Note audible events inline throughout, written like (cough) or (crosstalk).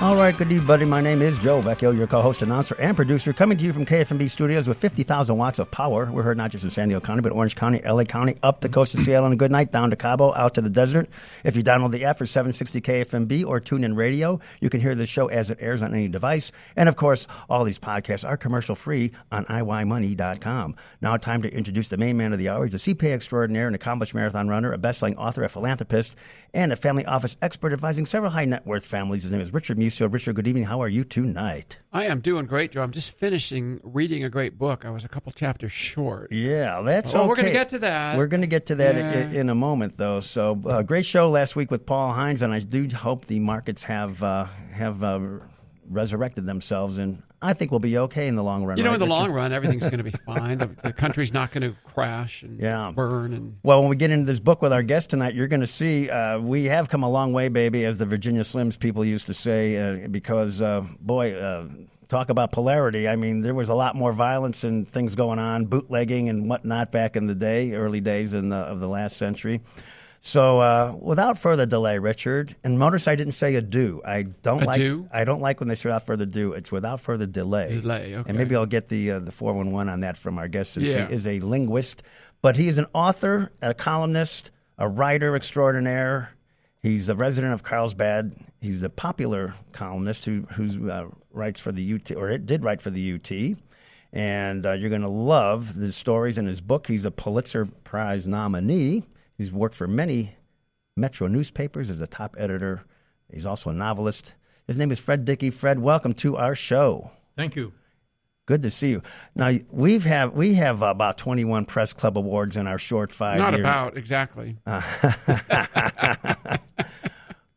All right, good evening, buddy. My name is Joe Vecchio, your co-host, announcer, and producer, coming to you from KFMB Studios with 50,000 watts of power. We're heard not just in San Diego County, but Orange County, LA County, up the coast of Seattle, and a good night down to Cabo, out to the desert. If you download the app for 760 KFMB or tune in radio, you can hear the show as it airs on any device. And of course, all these podcasts are commercial-free on IYMoney.com. Now, time to introduce the main man of the hour. He's a CPA extraordinaire, an accomplished marathon runner, a best-selling author, a philanthropist, and a family office expert advising several high net worth families. His name is Richard Musio. Richard, good evening. How are you tonight? I am doing great, Joe. I'm just finishing reading a great book. I was a couple chapters short. Yeah, that's Oh, okay. we're gonna get to that. We're going to get to that i- Yeah. i- in a moment, though. So, uh, great show last week with Paul Hines, and I do hope the markets have uh, have uh, resurrected themselves, and I think we'll be okay in the long run. You know, right, in the Richard? long run, (laughs) everything's going to be fine. The, the country's not going to crash and Yeah. burn. And Well, when we get into this book with our guest tonight, you're going to see uh, we have come a long way, baby, as the Virginia Slims people used to say, uh, because, uh, boy, uh, talk about polarity. I mean, there was a lot more violence and things going on, bootlegging and whatnot back in the day, early days in the, of the last century. So, uh, without further delay, Richard, and notice I didn't say ado. I don't like Ado? I don't like when they say without further ado. It's without further delay. Delay, okay. And maybe I'll get the uh, the four one one on that from our guest since Yeah. she is a linguist, but he is an author, a columnist, a writer extraordinaire. He's a resident of Carlsbad. He's a popular columnist who who uh, writes for the UT or it did write for the UT. And uh, you're going to love the stories in his book. He's a Pulitzer Prize nominee. He's worked for many Metro newspapers as a top editor. He's also a novelist. His name is Fred Dickey. Fred, welcome to our show. Thank you. Good to see you. Now we've have we have about twenty one press club awards in our short five. not year- about, exactly.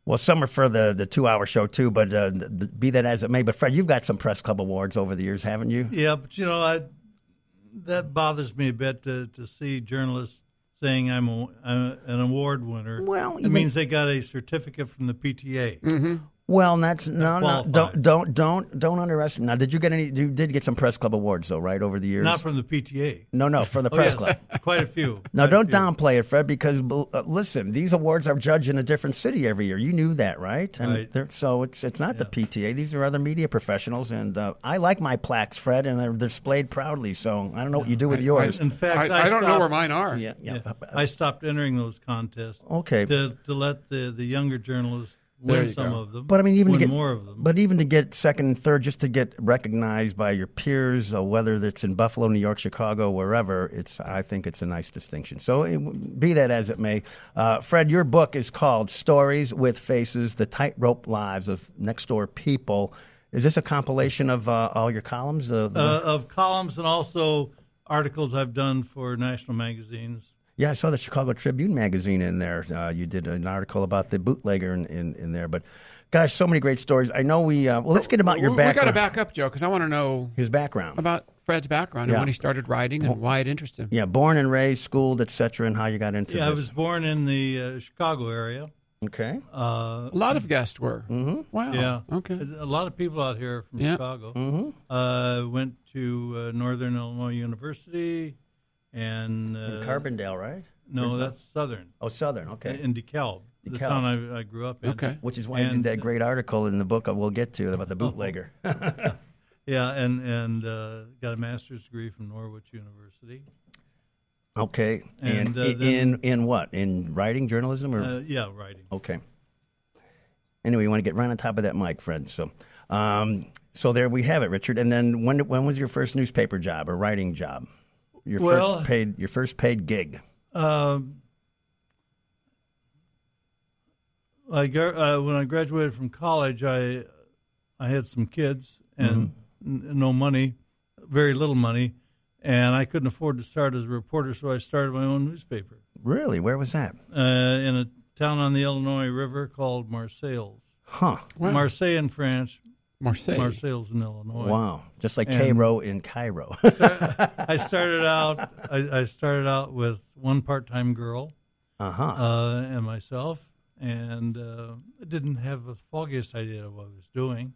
well, some are for the the two hour show too. But uh, th- th- be that as it may, but Fred, you've got some press club awards over the years, haven't you? Yeah, but you know, I, that bothers me a bit to, to see journalists saying I'm, a, I'm an award winner. Well, Mm-hmm. it even- means they got a certificate from the PTA. Well, that's no, no, qualifies. don't don't don't don't underestimate. Now, did you get any? You did get some press club awards though, right? Over the years, Not from the PTA. no, no, for the Oh, press yes, club. quite a few. (laughs) uh, Now, quite a don't few. downplay it, Fred, because bel- uh, listen, these awards are judged in a different city every year. You knew that, right? And Right. they're- So it's it's not the PTA; these are other media professionals, and uh, I like my plaques, Fred, and they're displayed proudly. So I don't know what you do with yours. In fact, I, I, I don't know stopped- where mine are. yeah, yeah. Yeah, I stopped entering those contests. Okay. To, to let the, the younger journalists There win you some go. of them. But I mean, even win to get more of them. But even to get second and third, just to get recognized by your peers, uh, whether that's in Buffalo, New York, Chicago, wherever, it's I think it's a nice distinction. So it, be that as it may, uh, Fred, your book is called "Stories with Faces: The Tightrope Lives of Next Door People." Is this a compilation of uh, all your columns? The, the- uh, of columns and also articles I've done for national magazines. yeah, I saw the Chicago Tribune magazine in there. Uh, you did an article about the bootlegger in, in, in there, but. Gosh, so many great stories. I know we. Uh, well, let's get about your we, we got background. to back up, Joe, because I want to know his background. about Fred's background Yeah. and when he started writing and why it interested him. Yeah, born and raised, schooled, etc., and how you got into Yeah, I this. was born in the uh, Chicago area. okay. Uh, A lot of guests were. Mm-hmm. Wow. Yeah. Okay. A lot of people out here are from Yeah. Chicago. Mm-hmm. Uh, went to uh, Northern Illinois University, and uh, Carbondale, right? No, that's Southern Oh, Southern. Okay. in DeKalb, DeKalb. the town I, I grew up in. Okay. Which is why I did and- Uh-huh. that great article in the book we'll get to about the bootlegger. (laughs) Yeah, and and uh, got a master's degree from Norwich University. okay. And, And, uh, i- then- in in what? In writing, journalism, or Uh, yeah, writing. okay. Anyway, you want to get right on top of that mic, Fred. So, um, so there we have it, Richard. And then when when was your first newspaper job or writing job? Your Well- first paid your first paid gig. Um, I gra- uh, when I graduated from college, I I had some kids and n- no money, very little money, and I couldn't afford to start as a reporter, so I started my own newspaper Really? Where was that? uh, in a town on the Illinois River called Marseilles. Huh. Wow. Marseille in France, Marseille. Marseilles in Illinois. Wow. Just like And- Cairo in Cairo. (laughs) I started out. I, I started out with one part-time girl, Uh-huh. uh, and myself, and uh, I didn't have the foggiest idea of what I was doing.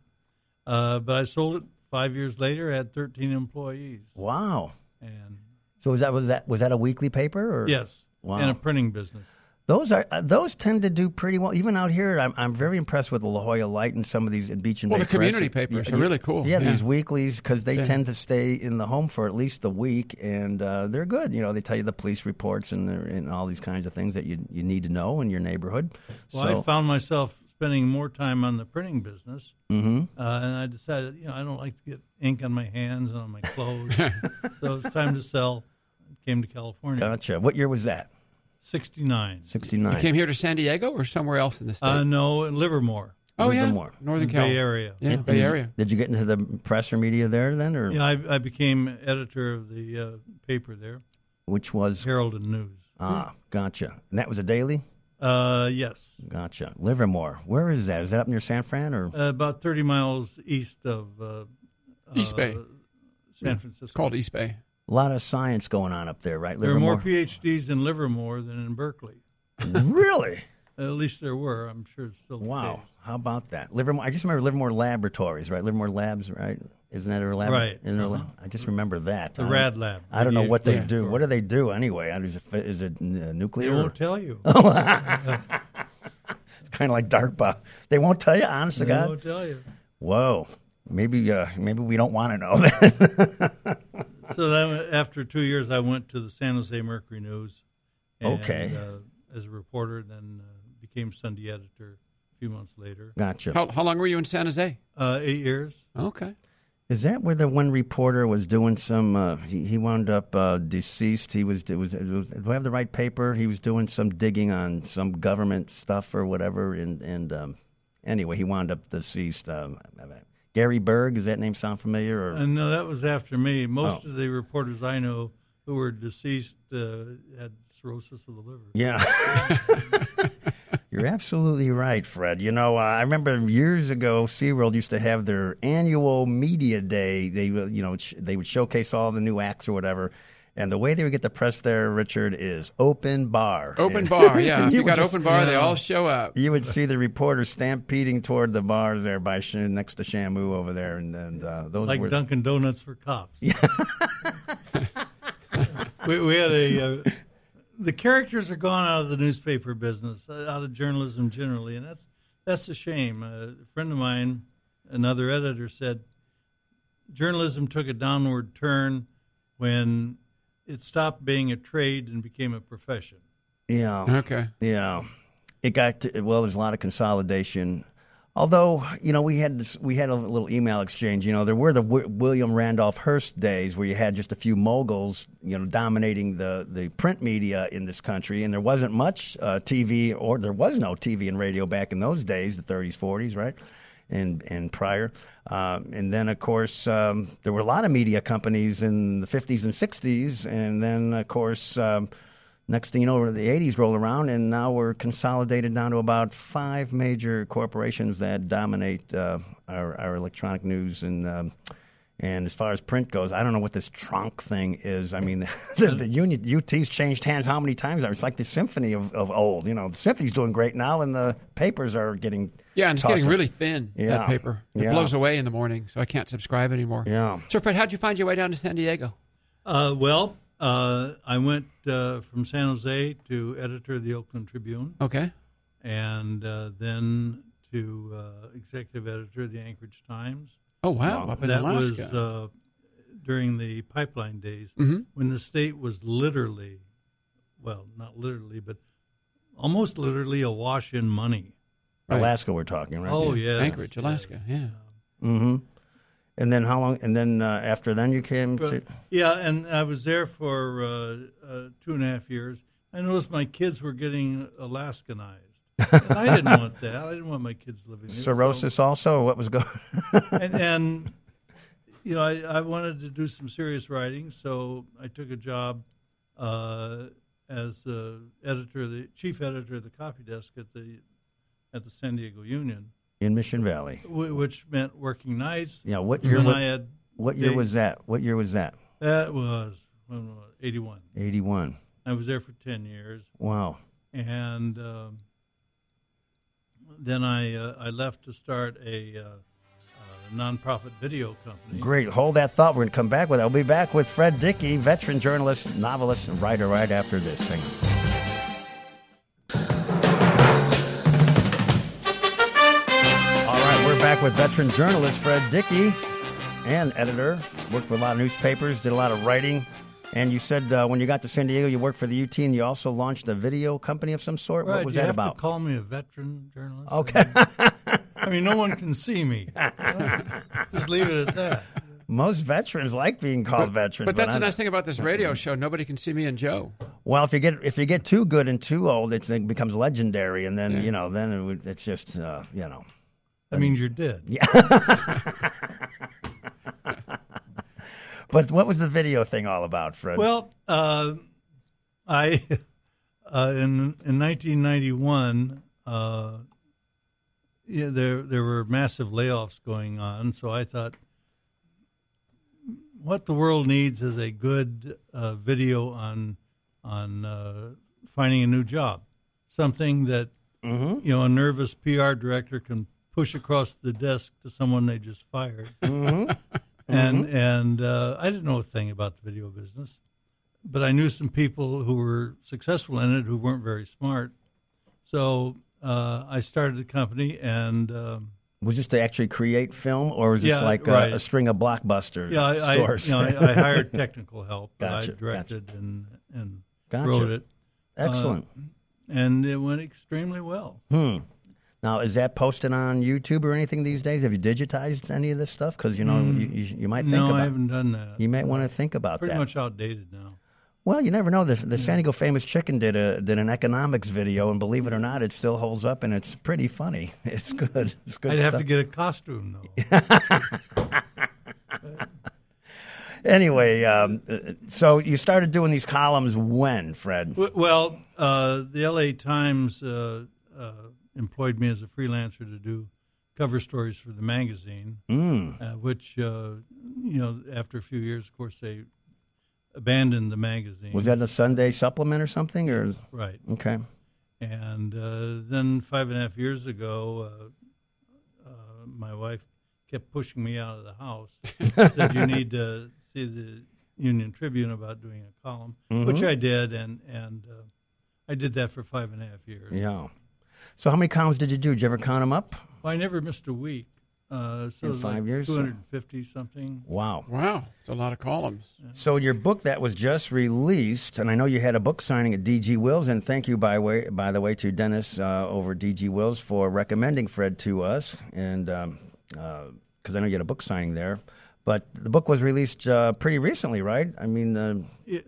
Uh, but I sold it five years later. Had thirteen employees, Wow. and So was that was that was that a weekly paper? Or? yes, Wow. and a printing business. Those are uh, those tend to do pretty well. Even out here, I'm I'm very impressed with the La Jolla Light and some of these in Beach and Well, Bay the community Press. papers are really cool. Yeah, Yeah. these weeklies because they tend to stay in the home for at least the week, and uh, they're good. You know, they tell you the police reports and the, and all these kinds of things that you you need to know in your neighborhood. Well, so, I found myself spending more time on the printing business, Mm-hmm. uh, and I decided, you know, I don't like to get ink on my hands and on my (laughs) clothes, so it's time to sell. Came to California, gotcha. What year was that? sixty nine. Sixty You nine. came here to San Diego or somewhere else in the state? Uh, no, in Livermore, oh, yeah. Livermore. Northern Cal. Bay Area. Yeah, Bay Area. Did you get into the press or media there then, or Yeah, I, I became editor of the uh, paper there, which was Herald and News. ah gotcha? And that was a daily. Uh, yes, Gotcha. Livermore. Where is that? Is that up near San Fran or? uh, about thirty miles east of uh, East Bay. uh, Hmm. San Francisco. It's called East Bay. A lot of science going on up there, right? there are more Livermore. PhDs in Livermore than in Berkeley. (laughs) really? At least there were. I'm sure it's still the Wow. case. How about that? Livermore. I just remember Livermore Laboratories, right? Livermore Labs, right? Isn't that her lab? Right. Uh-huh. Isn't her lab? I just remember that. The I- Rad Lab. I don't know what they Yeah. do. What do they do anyway? I- Is it, is it uh, They nuclear? won't (laughs) tell you. Oh It's kind of like DARPA. They won't tell you, honest to They God. won't tell you. Whoa. Maybe uh, maybe we don't want to know (laughs) that. So then, after two years, I went to the San Jose Mercury News. And, Okay. Uh, as a reporter, then uh, became Sunday editor. A few months later, gotcha. How, how long were you in San Jose? uh, eight years. Okay. Is that where the one reporter was doing some? Uh, he, he wound up uh, deceased. He was, it was, it was. Do I have the right paper? He was doing some digging on some government stuff or whatever. And and um, anyway, he wound up deceased. Um, Gary Berg. Does that name sound familiar? Or Uh, no, that was after me. Most of the reporters I know who were deceased uh, had cirrhosis of the liver. Yeah. (laughs) You're absolutely right, Fred. You know, uh, I remember years ago, SeaWorld used to have their annual media day. They, would- you know, sh- they would showcase all the new acts or whatever. And the way they would get the press there, Richard, is open bar. Open And (laughs) (laughs) bar, yeah. If You you got just- open bar, they all show up. You would see the reporters stampeding toward the bars there by Sh- next to Shamu over there, and, and uh, those Like were Dunkin' Donuts for cops. (laughs) we, we had a. Uh, the characters are gone out of the newspaper business, uh, out of journalism generally, and that's that's a shame. Uh, a friend of mine, another editor, said journalism took a downward turn when it stopped being a trade and became a profession. yeah. Okay. Yeah, it got to, well. There's a lot of consolidation. Although you know we had this, we had a little email exchange. You know there were the w- William Randolph Hearst days where you had just a few moguls, you know, dominating the, the print media in this country, and there wasn't much uh, TV or there was no TV and radio back in those days, the 30s, 40s, right, and and prior. Um, and then of course um, there were a lot of media companies in the 50s and 60s, and then of course. Um, Next thing you know, the 80s roll around, and now we're consolidated down to about five major corporations that dominate uh, our, our electronic news. And um, and as far as print goes, I don't know what this trunk thing is. I mean, (laughs) the, the union UT's changed hands how many times? It's like the symphony of, of old. You know, the symphony's doing great now, and the papers are getting Yeah, and it's tossed getting up. really thin, Yeah. that paper. It Yeah. blows away in the morning, so I can't subscribe anymore. yeah. So, Fred, how'd you find your way down to San Diego? Uh, well, uh, I went uh, from San Jose to editor of the Oakland Tribune, Okay. and uh, then to uh, executive editor of the Anchorage Times. Oh, wow. Up in that was Alaska. Mm-hmm. uh, during the pipeline days when the state was literally, well, not literally, but almost literally awash in money. Right. Alaska, we're talking, right? Oh yeah, Anchorage, Alaska. Yeah. Mm-hmm. And then how long? And then uh, after then, you came Well, to. yeah, and I was there for uh, uh, two and a half years. I noticed my kids were getting Alaskanized. (laughs) And I didn't want that. I didn't want my kids living there. so- Cirrhosis, also, or what (laughs) was going? and, and you know, I, I wanted to do some serious writing, so I took a job uh, as the editor, of the chief editor of the copy desk at the at the San Diego Union, in Mission Valley. wh- which meant working nights. Yeah, what And year? then What, I had what year they- was that? What year was that? that was when was eighty one. Eighty-one. I was there for ten years. Wow. and um then I uh, I left to start a uh, uh, nonprofit video company. Great. Hold that thought. We're going to come back with that. We'll be back with Fred Dickey, veteran journalist, novelist, and writer right after this. Hang on. All right, we're back with veteran journalist Fred Dickey and editor. Worked for a lot of newspapers, did a lot of writing. And you said uh, when you got to San Diego, you worked for the UT and you also launched a video company of some sort. Right, what was you that have about? to call me a veteran journalist. okay. I mean, no one can (laughs) see me. Just leave it at that. Most veterans like being called veterans. But that's the I'm- nice thing about this radio show. Nobody can see me and Joe. Well, if you get if you get too good and too old, it's, it becomes legendary, and then you know, then it, would- it's just uh, you know. That means you're dead. But what was the video thing all about, Fred? Well, uh, I (laughs) uh, in in 1991, uh, yeah, there there were massive layoffs going on, so I thought, what the world needs is a good uh, video on on uh, finding a new job, something that you know a nervous PR director can push across the desk to someone they just fired. (laughs) And and uh, I didn't know a thing about the video business, but I knew some people who were successful in it who weren't very smart. So uh, I started the company, and um, was this to actually create film, or was this Yeah, like right. a, a string of blockbuster yeah, I, I, stores? you know, (laughs) I, uh, I hired technical help. Gotcha, I directed and and Gotcha. wrote it, Excellent. and it went extremely well. now, is that posted on YouTube or anything these days? Have you digitized any of this stuff? Because you know, you, you, you might think Hmm. no, about. I haven't done that. You might want to think about Pretty that. much outdated now. Well, you never know. The, Hmm. the San Diego Famous Chicken did a did an economics video, and believe it or not, it still holds up, and it's pretty funny. (laughs) It's good. It's good Hmm. I'd stuff. have to get a costume though. Anyway, um, uh, so you started doing these columns when, Fred? W- Well, uh, the L.A. Times uh, uh, employed me as a freelancer to do cover stories for the magazine, Mm. uh, which uh, you know, after a few years, of course, they abandoned the magazine. Was that a Sunday supplement or something? Or right? okay, And uh, then five and a half years ago, uh, uh, my wife kept pushing me out of (laughs) the house. said you need to see the Union Tribune about doing a column, which Mm-hmm. I did, and and uh, I did that for five and a half years. yeah. So how many columns did you do? Did you ever count them up? Well, I never missed a week. Uh, so In it's five like years, so- 250 something. Wow. Wow, it's a lot of columns. So your book that was just released, and I know you had a book signing at DG Wills, and thank you by way by the way to Dennis uh, over DG Wills for recommending Fred to us, and because um, uh 'cause I know you had a book signing there. But the book was released uh, pretty recently, right? I mean, uh,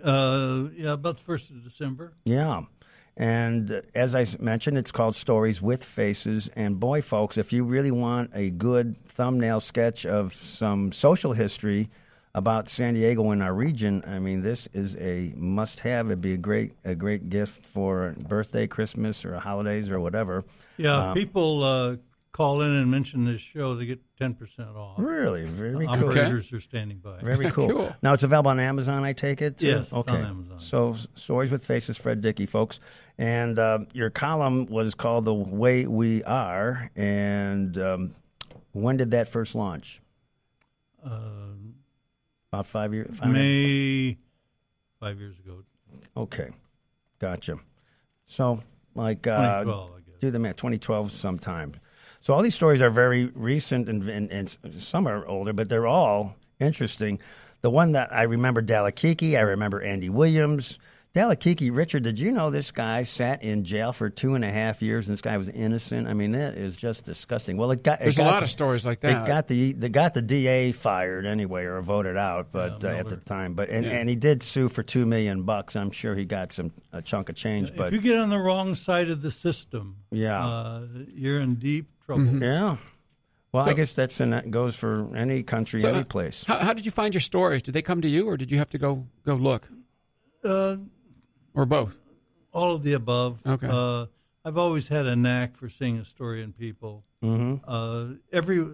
Uh, yeah, about the first of December. Yeah. And uh, as I s- mentioned, it's called Stories with Faces. And boy, folks, if you really want a good thumbnail sketch of some social history about San Diego and our region, I mean, this is a must-have. It'd be a great, a great gift for birthday, Christmas, or holidays, or whatever. Yeah, if people uh, call in and mention this show, they get 10% off. Really, very cool. Operators are standing by. Very (laughs) cool. Cool. Now it's available on Amazon. I take it. too? Yes, it's on okay. Amazon. So stories with faces, Fred Dickey, folks, and uh, your column was called "The Way We Are." And um, when did that first launch? Um, About five years. Five May five years ago, Okay, gotcha. So like uh, 2012, I guess. do the math, 2012 sometime. So all these stories are very recent, and, and, and some are older, but they're all interesting. The one that I remember, Dalakiki, I remember Andy Williams. Dalakiki, Richard, did you know this guy sat in jail for two and a half years, and this guy was innocent? I mean, that is just disgusting. Well, it got it There's a got- lot of stories like they that. got the they got the DA fired anyway or voted out, but uh, at the time, but and, and he did sue for two million bucks. I'm sure he got some a chunk of change, if but you get on the wrong side of the system, Yeah. Mm-hmm. uh, you're in deep trouble. Yeah. Well, I guess that's and that goes for any country, So, any place. How, how did you find your stories? Did they come to you, or did you have to go go look, Uh, or both? all of the above. Okay. Uh, I've always had a knack for seeing a story in people. Mm-hmm. Uh, every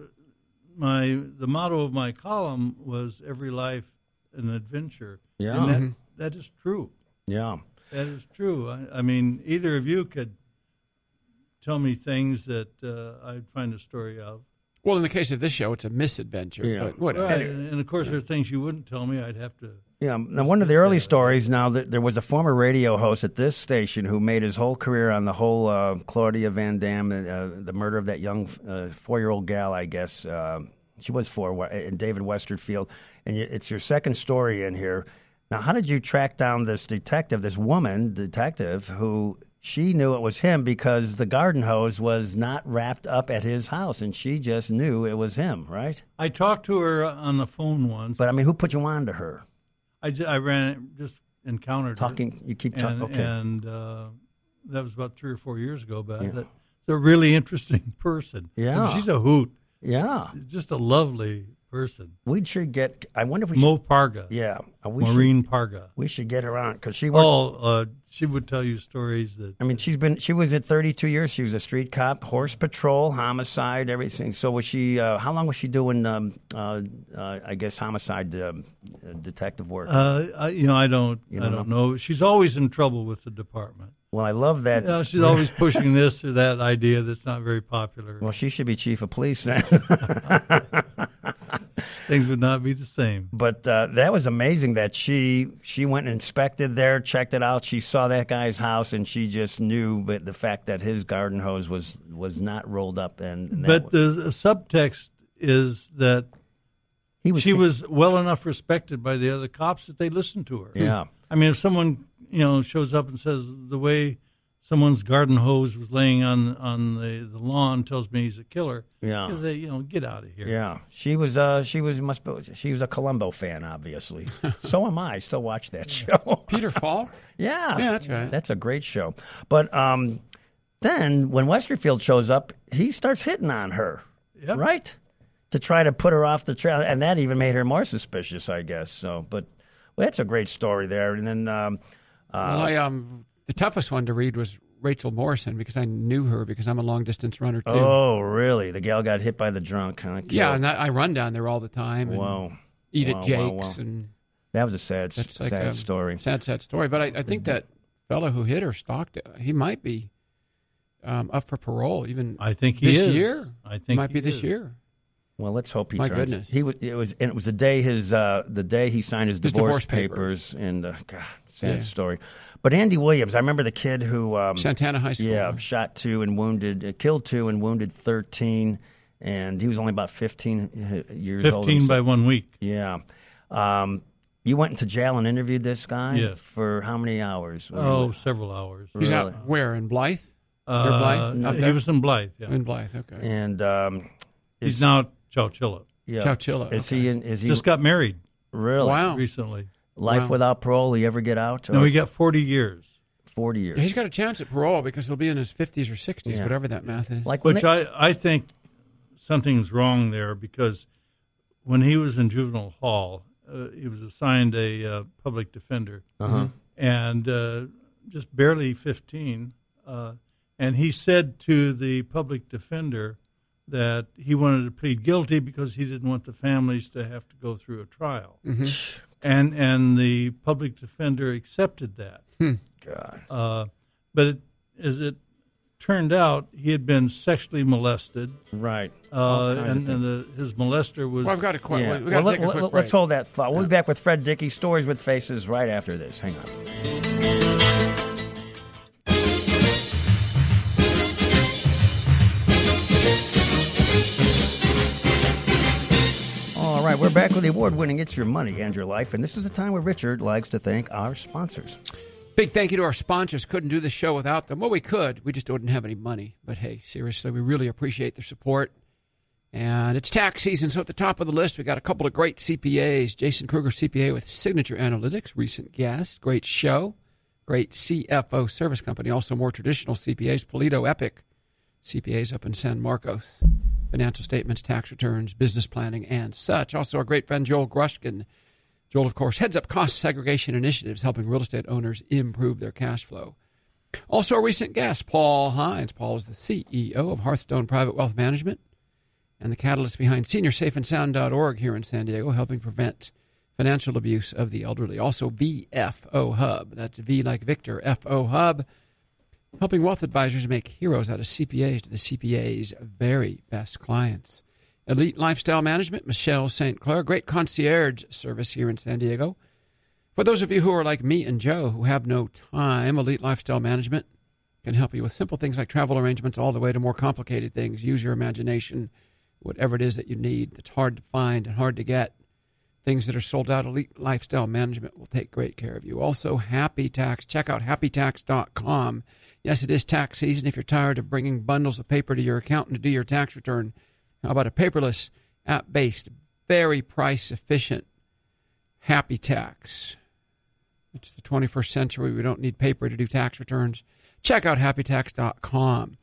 my the motto of my column was every life an adventure. Yeah. And that, that is true. Yeah. That is true. I, I mean, either of you could tell me things that uh, I'd find a story of. Well, in the case of this show, it's a misadventure. Yeah. But whatever. Right. And, and of course, there are things you wouldn't tell me. I'd have to. Yeah, now one of the early stories. Now th- there was a former radio host at this station who made his whole career on the whole uh, Claudia Van Dam, uh, the murder of that young uh, four-year-old gal. I guess uh, she was four, wa- and David Westerfield. And y- it's your second story in here. Now, how did you track down this detective, this woman detective, who she knew it was him because the garden hose was not wrapped up at his house, and she just knew it was him, right? I talked to her on the phone once. But I mean, who put you on to her? I, ju- I ran just encountered her. Talking, you keep talking. and, Okay. and uh, that was about three or four years ago. But that's a really interesting (laughs) person. I mean, Yeah. she's a hoot. yeah. Just a lovely person. We should get. I wonder if we. Should, Mo Parga, yeah, uh, we should, Maureen Parga. we should get her on because she. Worked, Oh, uh, she would tell you stories that I mean, she's been. She was at 32 years. She was a street cop, horse patrol, homicide, everything. So was she? Uh, how long was she doing? Um, uh, uh, I guess homicide um, uh, detective work. uh, I, you know. I don't. I don't don't know. She's always in trouble with the department. well, I love that. You know, she's (laughs) always pushing this or that idea that's not very popular. well, she should be chief of police then. (laughs) Things would not be the same. but uh, that was amazing that she she went and inspected there, checked it out. She saw that guy's house, and she just knew. But the fact that his garden hose was was not rolled up, and, and that But was- the subtext is that he she was well enough respected by the other cops that they listened to her. (laughs) Yeah. I mean, if someone you know shows up and says the way someone's garden hose was laying on on the, the lawn tells me he's a killer. Yeah. you say, you know, get out of here. Yeah, she was. Uh, she was must. Be, she was a Columbo fan, (laughs) obviously. so am I. Still watch that show. (laughs) Peter Falk? yeah, Yeah, that's right. That's a great show. But um, then when Westerfield shows up, he starts hitting on her, Yep. right? To try to put her off the trail, and that even made her more suspicious, I guess. So, but well, that's a great story there. And then, um, well, I, um, the toughest one to read was Rachel Morrison because I knew her because I'm a long distance runner too. oh, really? The gal got hit by the drunk. Huh? yeah, and I, I run down there all the time and Wow. eat Wow, at wow, Jake's wow. and That was a sad, That's sad like a story. Mm-hmm. Sad, sad story. But I, I think that fellow who hit her stalked. He might be um, up for parole. Even I think he this is. year. I think might he be this is. year. Well, let's hope he My turns. goodness. He was. It was, and it was the day his uh, the day he signed his His divorce, divorce papers. and uh, God, sad Yeah. story. But Andy Williams, I remember the kid who, um, Santana High School. yeah, shot two and wounded, uh, killed two and wounded thirteen, and he was only about fifteen uh, years old. Fifteen by one week. yeah. Um, you went into jail and interviewed this guy Yes. for how many hours? Were you- Oh, several hours. He's Really? out where in Blythe. Uh, Blythe? Up he there? was in Blythe. Yeah. In Blythe. Okay. and um, He's now at Chowchilla. yeah, Chowchilla, Is okay. he? In, is he Just got married really? Wow. recently. Life Wow. without parole? Will he ever get out? No, Or he got forty years. forty years. Yeah, He's got a chance at parole because he'll be in his 50s or 60s, Yeah. whatever that math is. like when Which they- I, I think something's wrong there because when he was in juvenile hall, uh, he was assigned a uh, public defender Mm-hmm. and uh, just barely 15. Uh, and he said to the public defender that he wanted to plead guilty because he didn't want the families to have to go through a trial. And, and the public defender accepted that. God. Uh, but it, as it turned out, he had been sexually molested, Right. All uh, kinds of and, and the, his molester was. well, I've got to quit. Yeah. We've got Well, to take a quick break. us hold that thought. We'll be back with Fred Dickey, Stories with Faces, right after this. Hang on. All right, we're back with the award winning It's Your Money and Your Life, and this is the time where Richard likes to thank our sponsors. Big thank you to our sponsors. Couldn't do the show without them. Well, we could. We just wouldn't have any money. But hey, seriously, we really appreciate their support. And it's tax season, so at the top of the list, we got a couple of great CPAs. Jason Kruger, CPA with Signature Analytics, recent guest, great show, great CFO service company. Also, more traditional CPAs, Polito Epic, CPAs up in San Marcos, financial statements, tax returns, business planning, and such. Also, our great friend Joel Grushkin, Joel, of course, heads up cost segregation initiatives helping real estate owners improve their cash flow. Also, a recent guest, Paul Hines. Paul is the CEO of Hearthstone Private Wealth Management and the catalyst behind seniorsafeandsound.org here in San Diego, helping prevent financial abuse of the elderly. Also, VFO Hub. That's V like Victor, FO Hub. Helping wealth advisors make heroes out of CPAs to the CPA's very best clients. Elite Lifestyle Management, Michelle St. Clair, great concierge service here in San Diego. For those of you who are like me and Joe who have no time, Elite Lifestyle Management can help you with simple things like travel arrangements all the way to more complicated things. Use your imagination, whatever it is that you need that's hard to find and hard to get. Things that are sold out, Elite Lifestyle Management will take great care of you. Also, Happy Tax. Check out happytax.com. Yes, it is tax season. If you're tired of bringing bundles of paper to your accountant to do your tax return, how about a paperless, app based, very price efficient Happy Tax? It's the 21st century. We don't need paper to do tax returns. Check out happytax.com.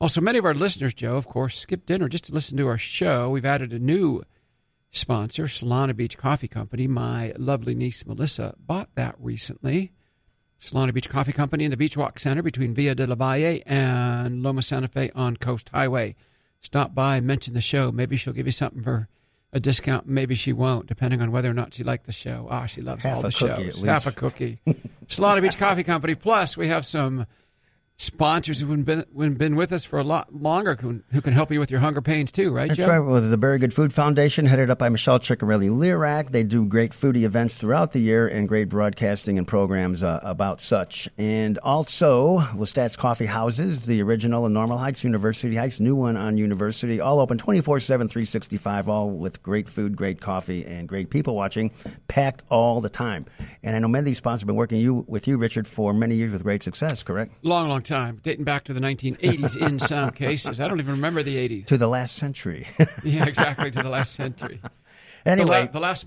Also, many of our listeners, Joe, of course, skip dinner just to listen to our show. We've added a new sponsor, Solana Beach Coffee Company. My lovely niece, Melissa, bought that recently. Solana Beach Coffee Company in the Beachwalk Center between Villa de la Valle and Loma Santa Fe on Coast Highway. Stop by, mention the show. Maybe she'll give you something for a discount. Maybe she won't, depending on whether or not she liked the show. Ah, she loves Half all a the cookie, at shows. least. Half a cookie. Solana Beach Coffee Company. Plus, we have some sponsors who've been who've been with us for a lot longer who, who can help you with your hunger pains too, right, That's Joe? right, with the Very Good Food Foundation, headed up by Michelle Ciccarelli Lirac. They do great foodie events throughout the year and great broadcasting and programs uh, about such. And also, Lestat's Coffee Houses, the original in Normal Heights, University Heights, new one on University, all open 24 7, 365, all with great food, great coffee, and great people watching, packed all the time. And I know many of these sponsors have been working you, with you, Richard, for many years with great success, correct? Long, long time, dating back to the 1980s in some cases. I don't even remember the 80s. To the last century. (laughs) (laughs) Yeah, exactly, to the last century. The, anyway. la- the last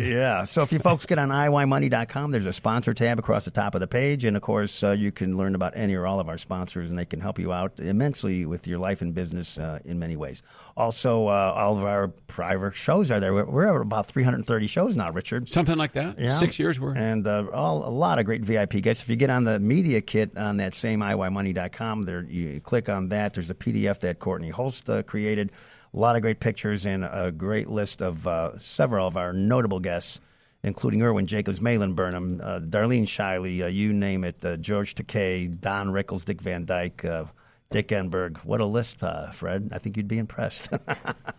(laughs) Yeah. So if you folks get on iymoney.com, there's a sponsor tab across the top of the page. And of course, uh, you can learn about any or all of our sponsors, and they can help you out immensely with your life and business uh, in many ways. Also, uh, all of our private shows are there. We're, we're at about 330 shows now, Richard. Something like that. Yeah. Six years worth. And uh, all, a lot of great VIP guests. If you get on the media kit on that same iymoney.com, there you click on that. There's a PDF that Courtney Holst uh, created. A lot of great pictures and a great list of uh, several of our notable guests, including Erwin Jacobs, Malin Burnham, uh, Darlene Shiley, uh, you name it, uh, George Takei, Don Rickles, Dick Van Dyke, uh, Dick Enberg. What a list, uh, Fred. I think you'd be impressed. (laughs)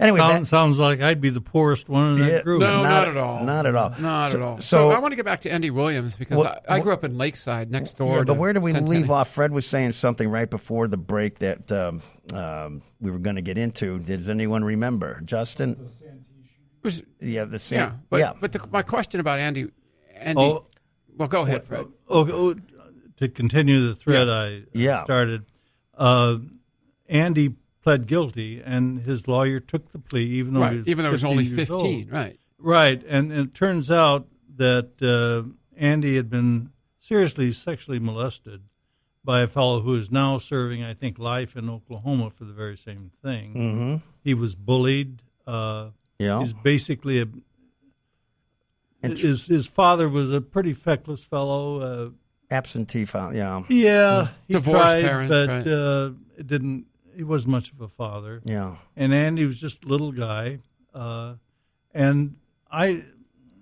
anyway, Sounds, that- sounds like I'd be the poorest one in that Yeah. group. Not- No, not, at all. not at all. Not So- at all. so- So, I want to get back to Andy Williams because Well, I, I grew up in Lakeside next door. Yeah, but to where did we Centennial. leave off? Fred was saying something right before the break that um, um, we were going to get into. Does anyone remember, Justin? It was- Yeah, the same. yeah, but, but the, my question about Andy, Andy. Oh. well, go ahead, Fred. Oh, oh, to continue the thread Yeah. I Yeah. started, uh, Andy pled guilty, and his lawyer took the plea, even though he Right, was even though it was 15 only years old. 15, right? Right, and, and it turns out that uh, Andy had been seriously sexually molested by a fellow who is now serving, I think, life in Oklahoma for the very same thing. Mm-hmm. He was bullied. Uh, Yeah. he's basically a. And tr- His his father was a pretty feckless fellow. Uh, absentee file. Yeah, yeah, he Divorced tried, parents, but right. uh, it didn't. He wasn't much of a father yeah. and Andy was just a little guy. Uh, and I,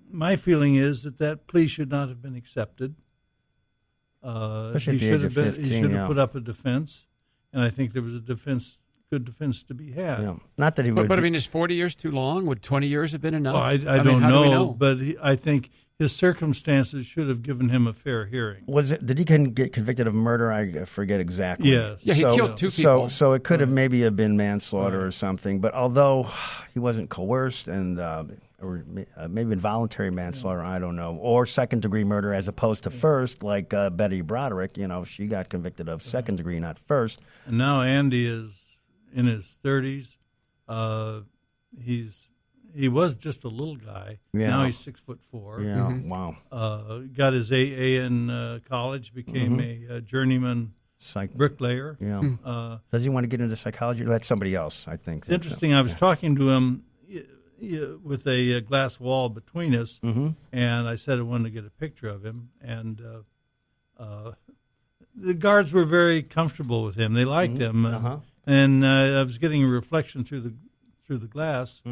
my feeling is that that plea should not have been accepted. Uh, Especially at the he age should have of been, 15, He should yeah. have put up a defense, and I think there was a defense, good defense to be had. yeah. Not that he But, would. but I be- mean, is 40 years too long? Would 20 years have been enough? Well, I, I, mean, don't how know, do we know? but he, I think his circumstances should have given him a fair hearing. was it? Did he con- get convicted of murder? I forget exactly. Yes. yeah, he so, killed two So, people. so it could have maybe have been manslaughter or something. But although he wasn't coerced and uh, or ma- uh, maybe involuntary manslaughter, I don't know, or second degree murder as opposed to first, like uh, Betty Broderick, you know, she got convicted of second degree, not first. And now Andy is in his thirties. Uh, he's he was just a little guy. Yeah. Now he's six foot four. Yeah, Mm-hmm. wow, uh, got his AA in uh, college, became a, uh journeyman psych. bricklayer. Mm-hmm. Yeah, Hmm. Uh, does he want to get into psychology? That's somebody else, I think. it's interesting. I was talking to him y- y- with a uh, glass wall between us, Mm-hmm. and I said I wanted to get a picture of him, and uh, uh, the guards were very comfortable with him. They liked him, uh, Uh-huh. Mm-hmm. and uh, I was getting a reflection through the through the glass,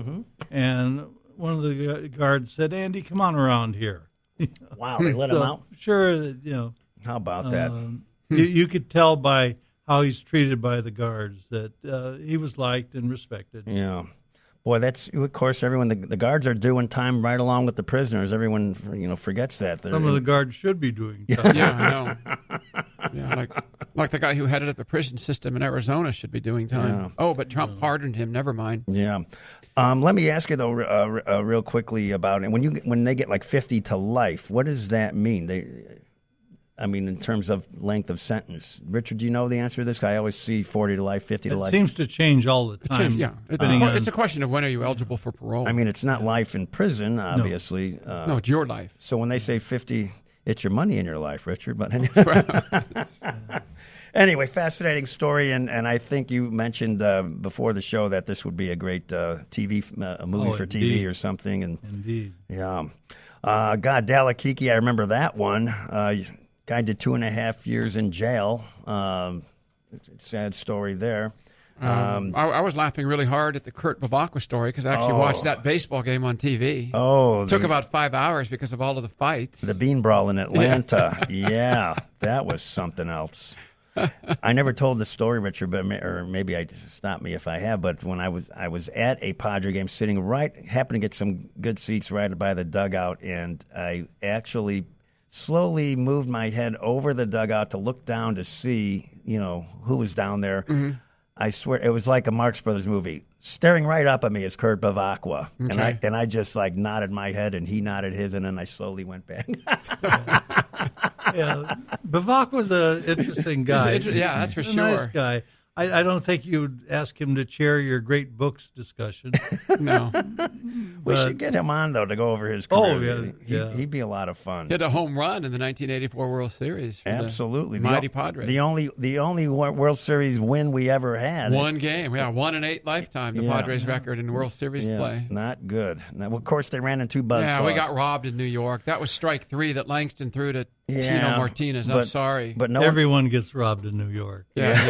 and one of the gu- guards said, "Andy, come on around here." Hmm. Wow, they let him So, out. Sure, that, you know, How about that? um, you, hmm. you could tell by how he's treated by the guards that uh, he was liked and respected. Yeah. Boy, that's of course everyone. The, the guards are doing time right along with the prisoners. Everyone, you know, forgets that. They're- Some of the guards should be doing. (laughs) time. Yeah, (laughs) I know. Yeah, like like the guy who headed up the prison system in Arizona should be doing time. Oh, but Trump pardoned him. Never mind. yeah. Um, let me ask you though, uh, uh, real quickly about it. When you when they get like fifty to life, what does that mean? They, I mean, in terms of length of sentence. Richard, do you know the answer to this? I always see forty to life, fifty to It life. seems to change all the time. Change- yeah, It- depending on- it's a question of when are you eligible for parole. um, I mean, it's not life in prison, obviously. Uh, no, it's your life. So when they say 50, it's your money in your life, Richard. But anyway, (laughs) anyway fascinating story. And, and I think you mentioned uh, before the show that this would be a great uh, TV, f- uh, a movie Oh, for TV indeed. or something. And indeed. yeah. Uh, God, Dalakiki, I remember that one. Uh, guy did two and a half years in jail. Um, sad story there. Um, I, I was laughing really hard at the Kurt Bavakwa story because I actually watched that baseball game on TV. Oh, Took the, about five hours because of all of the fights. the bean brawl in Atlanta. Yeah, that was something else. I never told the story, Richard, but may, or maybe I stop me if I have. But when I was I was at a Padre game, sitting right, happened to get some good seats right by the dugout, and I actually slowly moved my head over the dugout to look down to see, you know, who was down there. Mm-hmm. I swear it was like a Marx Brothers movie. Staring right up at me is Kurt Bavakwa, and I Okay. and I just like nodded my head, and he nodded his, and then I slowly went back. (laughs) yeah, Bivak was an interesting It's guy. inter- yeah, that's for a sure. nice guy. I, I don't think you'd ask him to chair your great books (laughs) discussion. (laughs) No, We should get him on though to go over his career. Oh, yeah, he, yeah. would be a lot of fun. hit a home run in the 1984 World Series. for the Absolutely, mighty the, o- Padres. The only the only wor- World Series win we ever had. One game, yeah, one in eight lifetime. The Yeah. Padres' record in World Series Yeah, play. not good. Now, of course, they ran into buzz. Yeah, we got robbed in New York. That was strike three that Langston threw to Tino Yeah, Martinez. I'm but- sorry. but no. one, Everyone gets robbed in New York. yeah,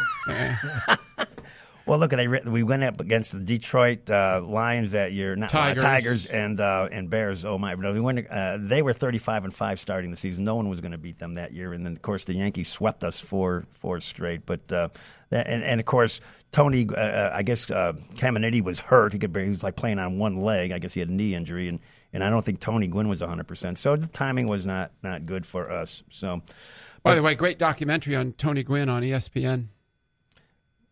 (laughs) yeah. yeah. well, look, they re- we went up against the Detroit uh, Lions that year. Not Lions, Tigers. Tigers and uh, and Bears. Oh my! No, we went, uh, they were thirty five and five starting the season. No one was going to beat them that year. And then of course the Yankees swept us four four straight. But uh, that, and and of course Tony, uh, uh, I guess uh, Caminiti was hurt. He could barely, he was like playing on one leg. I guess he had a knee injury, and and I don't think Tony Gwynn was hundred percent. So the timing was not not good for us. So By the way, great documentary on Tony Gwynn on E ESPN. (laughs)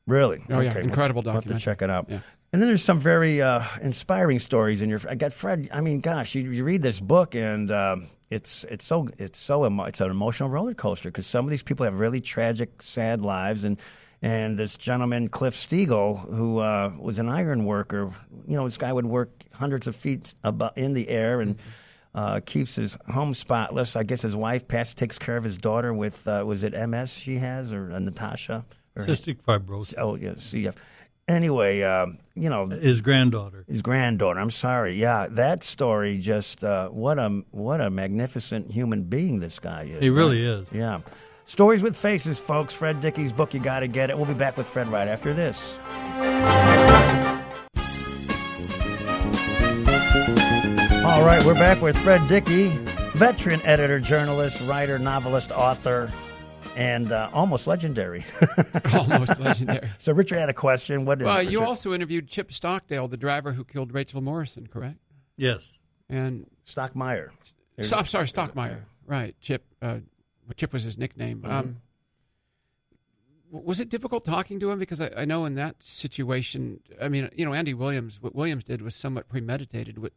Really? Oh, yeah. Incredible We'll have to documentary. check it out. Yeah. And then there's some very uh, inspiring stories in your. I got Fred. I mean, gosh, you, you read this book and um, it's it's so it's so emo, it's an emotional roller coaster because some of these people have really tragic, sad lives and. And this gentleman, Cliff Stiegel, who uh, was an iron worker, you know, this guy would work hundreds of feet abo in the air and uh, keeps his home spotless. I guess his wife passed, takes care of his daughter with, uh, was it MS she has or uh, Natasha? Or Cystic fibrosis. oh yeah, CF. Anyway, um, you know His granddaughter. his granddaughter. I'm sorry. Yeah, that story. Just uh, what a what a magnificent human being this guy is. He really is. Yeah. Stories with faces, folks. Fred Dickey's book. You got to get it. We'll be back with Fred right after this. All right, we're back with Fred Dickey, veteran editor, journalist, writer, novelist, author, and uh, almost legendary. (laughs) Almost legendary. So Richard had a question. What is Well, it, you Richard? also interviewed Chip Stockdale, the driver who killed Rachel Morrison, correct? Yes. And Stockmeyer? so, I'm sorry, Stockmeyer. Right, Chip. Uh, Chip was his nickname. Mm-hmm. Um, w- was it difficult talking to him? Because I, I know in that situation, I mean, you know, Andy Williams, what Williams did was somewhat premeditated. What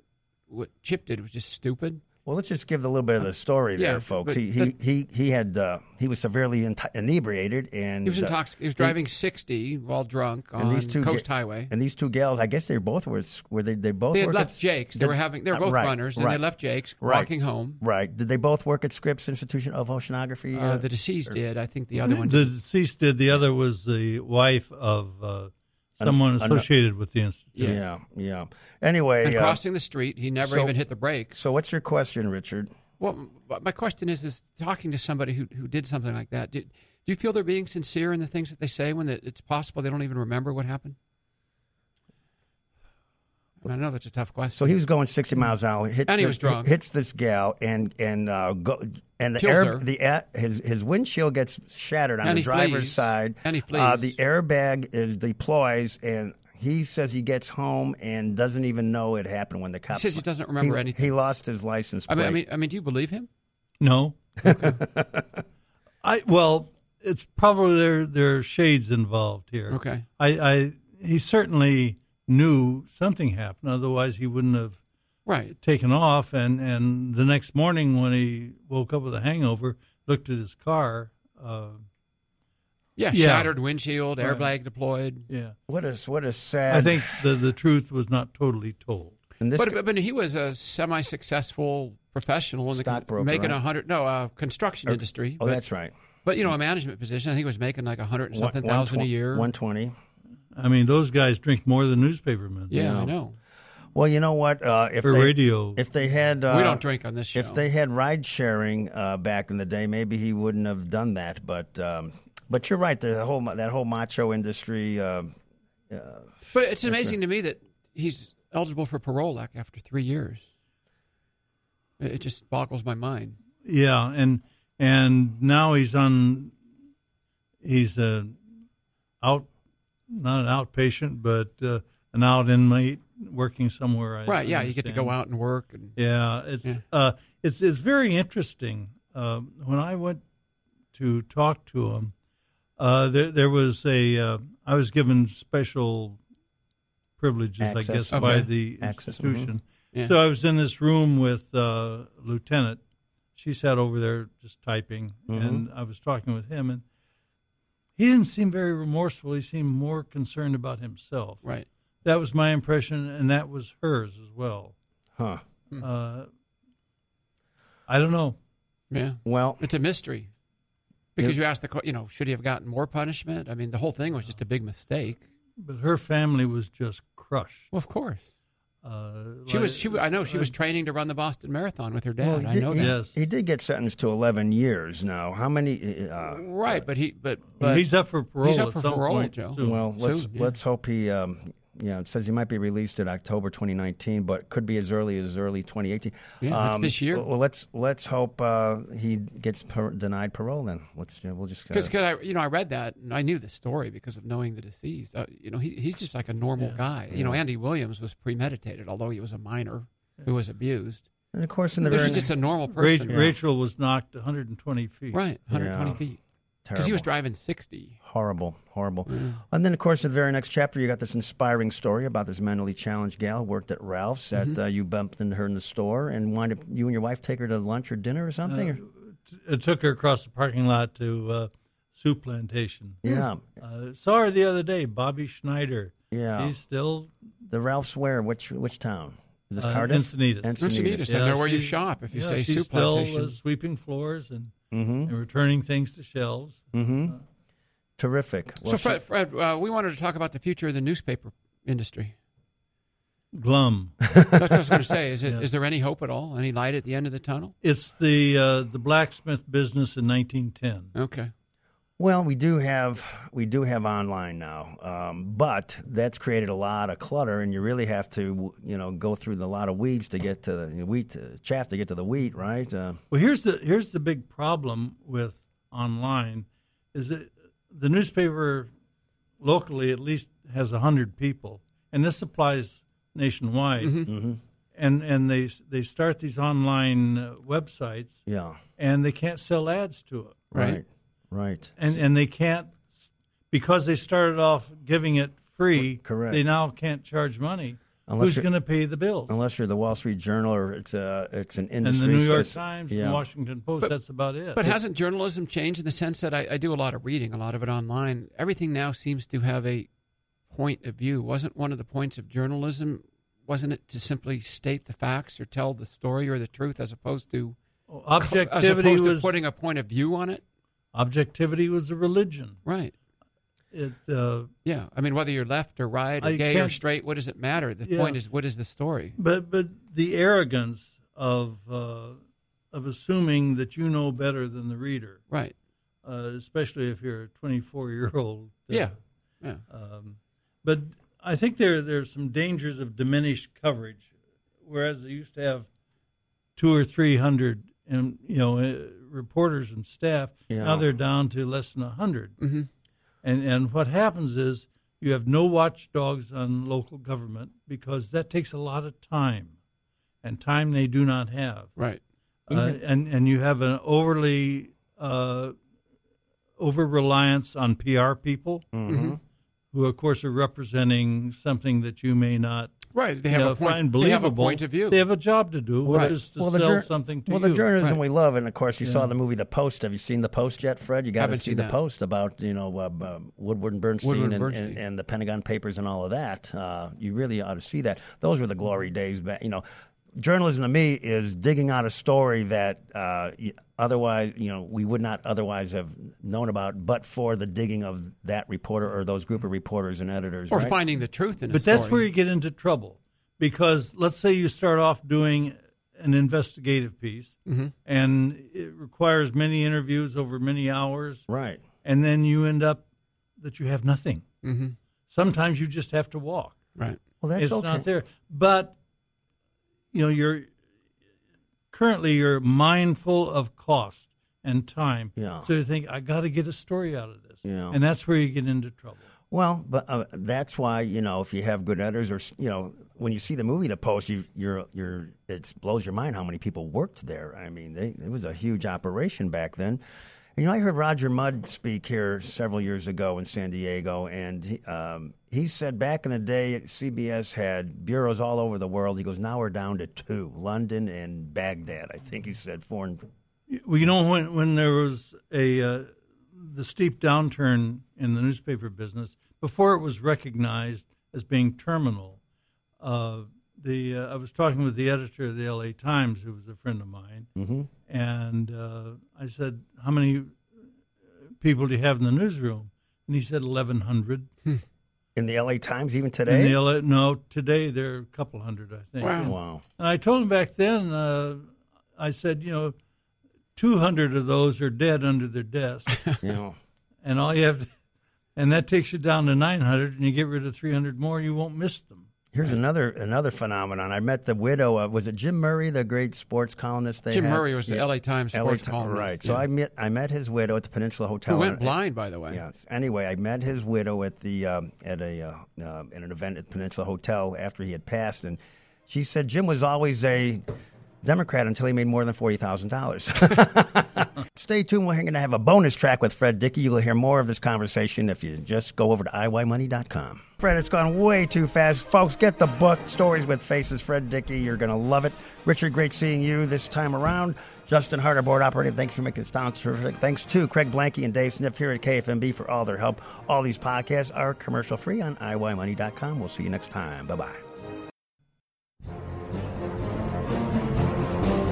what Chip did was just stupid. Well, let's just give a little bit of the story Uh, Yeah, there, folks. but- He, he, he he had uh, he was severely inti- inebriated and He was uh, intoxicated. He was driving 60 while drunk on Coast ga- Highway. And these two gals, I guess they both were were they, they both They had work left at, Jake's. They did- were having. They were uh, both right, runners, and right, they left Jake's right, walking home. Right. Did they both work at Scripps Institution of Oceanography? Uh, the deceased did. I think the other one. The deceased did. The other was the wife of uh, someone an- associated with the institute. yeah. yeah, yeah. Anyway, And uh, crossing the street, he never so- even hit the brakes. so what's your question, Richard? Well, m- but my question is: is talking to somebody who who did something like that? Do, do you feel they're being sincere in the things that they say when it- it's possible they don't even remember what happened? I know that's a tough question. So he was going 60 miles an hour. Hits And he this- was drunk. Hits this gal and and uh, go, and the Kills air, her. the a- his his windshield gets shattered on And the he driver's flees. side. And he Uh, flees. the airbag is deploys and. He says he gets home and doesn't even know it happened when the cops. says he doesn't remember he- anything. He lost his license I plate. mean, I mean, I mean, do you believe him? (laughs) No. I well, it's probably there there are shades involved here. Okay. I, I he certainly knew something happened, otherwise he wouldn't have Right. taken off and, and the next morning when he woke up with a hangover, looked at his car, uh, Yeah, Yeah. shattered windshield, airbag deployed. yeah. what a what a sad. I think the the truth was not totally told. And this but but he was a semi-successful professional in the Stockbroker, making a right? hundred no uh, construction industry. oh, but, that's right. but you know a management position. I think he was making like a hundred and something thousand a year. One twenty. I mean, those guys drink more than newspapermen. yeah, No. I know. Well, you know what? Uh, if Or they, radio. if they had, uh, we don't drink on this show. If they had ride sharing uh, back in the day, maybe he wouldn't have done that. But um, but you're right. The whole that whole macho industry. Uh, but it's amazing to me that he's eligible for parole like after three years. It it just boggles my mind. Yeah, and and now he's on. He's a out, not an outpatient, but uh, an out inmate working somewhere. I right? Yeah, you get to go understand. out and work and Yeah, it's Yeah. Uh, it's it's very interesting. Um, when I went to talk to him, uh, there there was a uh, I was given special privileges, I Access. guess, by Okay. mm-hmm. the Access, mhm. institution. Yeah. So I was in this room with uh, lieutenant. She sat over there just typing, Mm-hmm. and I was talking with him, and he didn't seem very remorseful. He seemed more concerned about himself. right. That was my impression, and that was hers as well. huh. Hmm. Uh, I don't know. Yeah, Well, it's a mystery because you asked the que- you know should he have gotten more punishment? I mean, the whole thing was just a big mistake. But her family was just crushed. Well, of course. Uh, She was. She. like- was- I know she was training to run the Boston Marathon with her dad. uh, he I did- know he, that. Yes. he did get sentenced to 11 years. Now, how many? Uh, Right, but he. But but he's up for parole. up at for some parole, point Joe. soon. well, let's Soon, yeah. let's hope he. Um, yeah, it says he might be released in October 2019, but could be as early as early 2018. Yeah, that's this year. Well, let's let's hope uh, he gets par- denied parole. Then let's yeah, we'll just. Uh, because I you know I read that and I knew the story because of knowing the deceased. Uh, you know he, he's just like a normal guy. You know Andy Williams was premeditated, although he was a minor who was abused. and of course, in the This very is just a normal Ra- person, Rachel was knocked 120 feet. right? 120 Yeah. feet because he terrible. was driving 60. Horrible, horrible. And then, of course, in the very next chapter, you got this inspiring story about this mentally challenged gal worked at Ralph's. That uh, you bumped into her in the store and wanted you and your wife take her to lunch or dinner or something. or- It took her across the parking lot to uh, Sioux Plantation. yeah, Uh, saw her the other day, Bobby Schneider. Yeah. She's still the Ralph's where? Which which town? Is this Uh, Cardiff? Encinitas. Encinitas. It's like they're where you shop if you yeah, say she's Sioux still, Plantation. Mm-hmm. uh, sweeping floors and, Mm-hmm, and returning things to shelves. Terrific. Well, so she- Fred, Fred uh, we wanted to talk about the future of the newspaper industry. Glum. That's what I was going to (laughs) say. Is it? Is there any hope at all? Any light at the end of the tunnel? It's the uh, the blacksmith business in 1910. Okay. Well, we do have we do have online now, um, but that's created a lot of clutter, and you really have to you know go through the lot of weeds to get to the wheat to, chaff to get to the wheat, right? Uh, Well, here's the here's the big problem with online, is that the newspaper locally at least has hundred people, and this applies nationwide. Mm-hmm. Mm-hmm. And and they they start these online uh, websites, yeah. and they can't sell ads to it, Right. Right. Right. and and they can't because they started off giving it free. Correct. They now can't charge money. Unless Who's you're- going to pay the bills? Unless you're the Wall Street Journal or it's a it's an and industry. the New York it's- Times, yeah. and Washington Post. that's about it. But hasn't journalism changed in the sense that I, I do a lot of reading, a lot of it online? Everything now seems to have a point of view. Wasn't one of the points of journalism, wasn't it to simply state the facts or tell the story or the truth as opposed to as objectivity opposed was to putting a point of view on it? objectivity was a religion. Right. It, uh, Yeah. I mean, whether you're left or right or I gay or can't- straight, what does it matter? The Yeah. point is, what is the story? but but the arrogance of uh, of assuming that you know better than the reader, Right. uh, especially if you're a 24 year old. Yeah. Yeah. But I think there there's some dangers of diminished coverage, whereas they used to have two or three hundred and you know uh, reporters and staff. Yeah. Now they're down to less than a 100 and and what happens is you have no watchdogs on local government because that takes a lot of time, and time they do not have. Right. Uh, and and you have an overly uh, over reliance on PR people, Mm-hmm. Mm-hmm. who of course are representing something that you may not Right. They have you know, a point. find they believable. have a point of view. They have a job to do, which Right. is to well, the sell jour- something to well, you. the journalism we Right. love, and of course, you saw the movie The Post. Have you seen The Post yet, Fred? You got to Haven't see seen the that. Post about you know uh, uh, Woodward and Bernstein, Woodward and and, Bernstein. And, and the Pentagon Papers and all of that. Uh, you really ought to see that. Those were the glory days. Back, you know, journalism to me is digging out a story that uh, y- otherwise you know we would not otherwise have known about, but for the digging of that reporter or those group of reporters and editors. or right? finding the truth in a But that's story. where you get into trouble because let's say you start off doing an investigative piece Mm-hmm. and it requires many interviews over many hours, right. and then you end up that you have nothing. Sometimes you just have to walk. Right. Well, Mm-hmm. that's it's okay. not there. But you know, you're currently you're mindful of cost and time. Yeah. So you think I got to get a story out of this. Yeah. And that's where you get into trouble. Well, but uh, that's why you know if you have good editors, or s- you know when you see the movie The Post, you, you're you're it blows your mind how many people worked there. I mean, they, it was a huge operation back then. And, you know, I heard Roger Mudd speak here several years ago in San Diego, and he, um, he said back in the day CBS had bureaus all over the world. He goes, now we're down to two: London and Baghdad. I think he said foreign. Well, you know when when there was a uh, the steep downturn in the newspaper business before it was recognized as being terminal. Uh, the uh, I was talking with the editor of the L.A. Times, who was a friend of mine, and uh, I said, "How many people do you have in the newsroom?" And he said, 1,100. In the LA Times, even In today. the LA, no, today there are a couple hundred, I think. Wow. wow. And I told him back then, uh, I said, you know, 200 of those are dead under their desk. You know. and all you have, and that takes you down to 900, and you get rid of 300 more, you won't miss them. Here's another another phenomenon. I met the widow of was it Jim Murray, the great sports columnist. They Jim had? Murray was the Yeah. LA Times LA sports Ti- columnist. right? So Yeah. I met I met his widow at the Peninsula Hotel. Who went And- blind, by the way. Yes. Anyway, I met his widow at the um, at a uh, uh, at an event at the Peninsula Hotel after he had passed, and she said Jim was always a Democrat until he made more than forty thousand dollars. (laughs) Stay tuned. We're going to have a bonus track with Fred Dickey. You'll hear more of this conversation if you just go over to iymoney.com. Fred, it's gone way too fast. Folks, get the book, Stories with Faces, Fred Dickey. You're going to love it. Richard, great seeing you this time around. Justin Harder, board operator, thanks for making this sound terrific. Thanks to Craig Blanke and Dave Sniff here at KFMB for all their help. All these podcasts are commercial free on iymoney.com. We'll see you next time. Bye bye.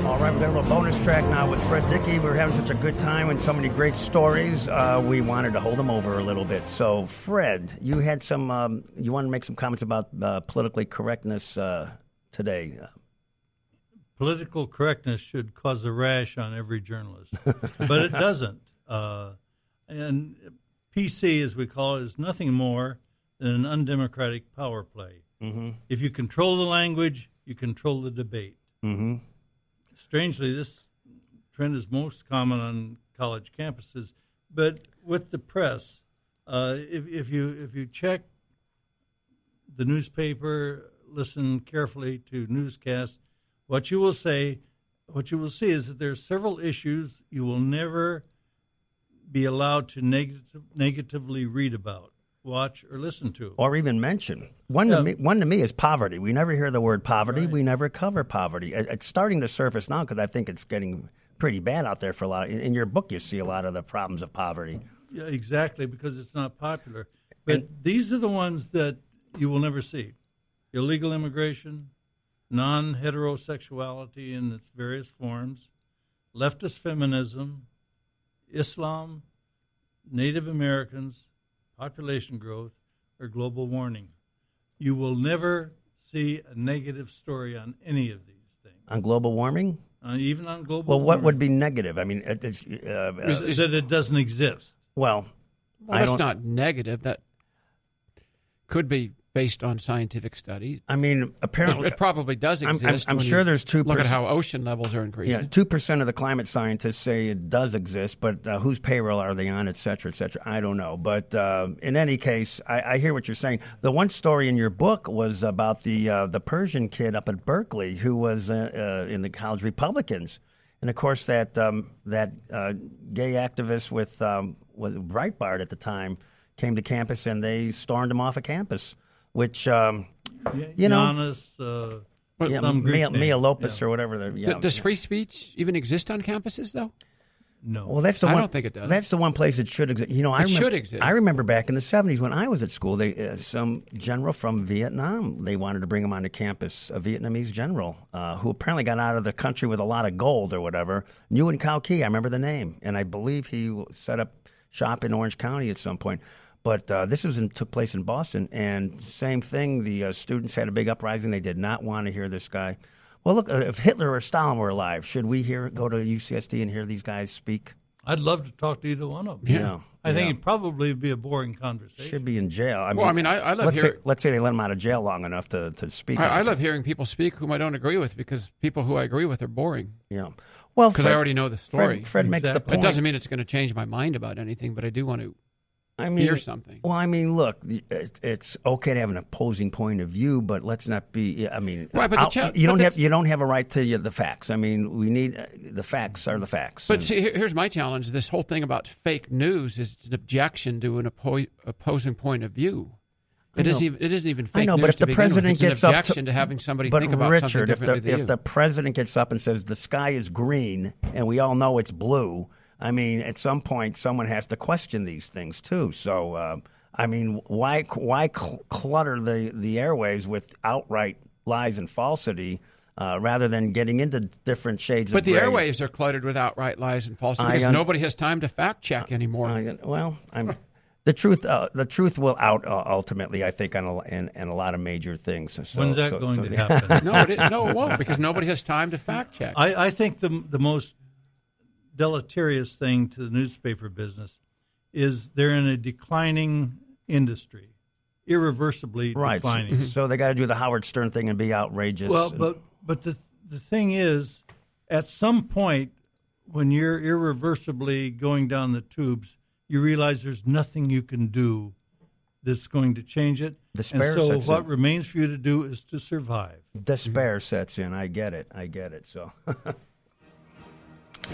All right, we've got a little bonus track now with Fred Dickey. We're having such a good time and so many great stories. Uh, we wanted to hold them over a little bit. So, Fred, you had some, um, you wanted to make some comments about uh, politically correctness uh, today. Political correctness should cause a rash on every journalist, but it doesn't. Uh, and PC, as we call it, is nothing more than an undemocratic power play. Mm-hmm. If you control the language, you control the debate. Mm-hmm. strangely, this trend is most common on college campuses. But with the press, uh, if, if you if you check the newspaper, listen carefully to newscasts, what you will say, what you will see is that there are several issues you will never be allowed to negative, negatively read about, watch, or listen to. Or even mention. One, to me, one to me is poverty. We never hear the word poverty. We never cover poverty. It- It's starting to surface now because I think it's getting pretty bad out there for a lot. Of, in, in your book, you see a lot of the problems of poverty. Yeah, exactly, because it's not popular. But these are the ones that you will never see illegal immigration, non heterosexuality in its various forms, leftist feminism, Islam, Native Americans, population growth, or global warming. You will never see a negative story on any of these things, On global warming? uh, even on global Well, what warming, would be negative? I mean, it, it's, uh, uh, Is- that Mm-hmm. it doesn't exist. well, Well, I that's don't- not negative. That could be based on scientific study. I mean, It, apparently, it probably does I'm- I'm- exist. I'm when sure you there's two Look at pers- how ocean levels are yeah, increasing. two percent of the climate scientists say it does exist, but uh, whose payroll are they on, et cetera, et cetera? I don't know. But uh, in any case, I, I hear what you're saying. The one story in your book was about the uh, the Persian kid up at Berkeley who was uh, uh, in the college Republicans, and of course that um, that uh, gay activist with um, with Breitbart at the time came to campus and they stormed him off of campus, which. Um, you know- Giannis, uh, yeah, some Greek Mia, name. Mia Lopez or whatever. The, D- yeah. does free speech even exist on campuses, though? No. Well, that's the I one. don't think it does. That's the one place it should exist. You know, I It remember, should exist. I remember back in the seventies when I was at school, they uh, some general from Vietnam they wanted to bring him onto campus, a Vietnamese general uh, who apparently got out of the country with a lot of gold or whatever. Nguyen Cao Ki, I remember the name, and I believe he w- set up shop in Orange County at some point. But uh, this was in, took place in Boston, and same thing. The uh, students had a big uprising. They did not want to hear this guy. Well, look, uh, if Hitler or Stalin were alive, should we hear go to UCSD and hear these guys speak? I'd love to talk to either one of them. Yeah. Yeah. I think Yeah. it'd probably be a boring conversation. should be in jail. I mean, Well, I mean, I- I love let's hear- say, let's say they let him out of jail long enough to, to speak. on I, I it. love hearing people speak whom I don't agree with because people who I agree with are boring yeah. Well, because I Fred- already know the Fred, story. Fred makes the Exactly. point. It doesn't mean it's going to change my mind about anything, but I do want to I mean, hear something. Well, I mean, look, the- it, it's okay to have an opposing point of view, but let's not be. I mean, Right, but the I'll- cha- you but don't the- have you don't have a right to you, the facts. I mean, we need uh, the facts are the facts. But And- see, here- here's my challenge: this whole thing about fake news is it's an objection to an oppo- opposing point of view. It I isn't. know. Even, it isn't even I fake know, news but if to the begin president with. It's gets an up objection to, to, having somebody but think about Richard, something if differently the, than if you. the president gets up and says the sky is green and we all know it's blue, I mean, at some point someone has to question these things too. So, uh, I mean, why why cl- clutter the the airways with outright lies and falsity? Uh, rather than getting into different shades but of the gray? airwaves are cluttered with outright lies and falsity I because un- nobody has time to fact check anymore. Uh, well, I'm the truth. Uh, the truth will out uh, ultimately, I think, on a, in, in a lot of major things. So, When's that so- going so- to (laughs) happen? no, it, no, it won't because nobody has time to fact check. I, I think the the most deleterious thing to the newspaper business is they're in a declining industry, irreversibly Right. Mm-hmm. so- declining. So they got to do the Howard Stern thing and be outrageous. Well, and- but but the the thing is, at some point, when you're irreversibly going down the tubes, you realize there's nothing you can do that's going to change it. Despair and so, sets what in. remains for you to do is to survive. Mm-hmm. despair sets in. I get it. I get it. So. (laughs)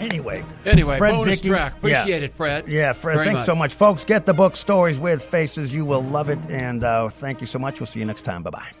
Anyway, anyway, Fred bonus Dickey- track. Appreciate yeah. it, Fred. Yeah, Fred, Very thanks so much, folks. Get the book "Stories with Faces." You will love it, and uh, thank you so much. We'll see you next time. Bye bye.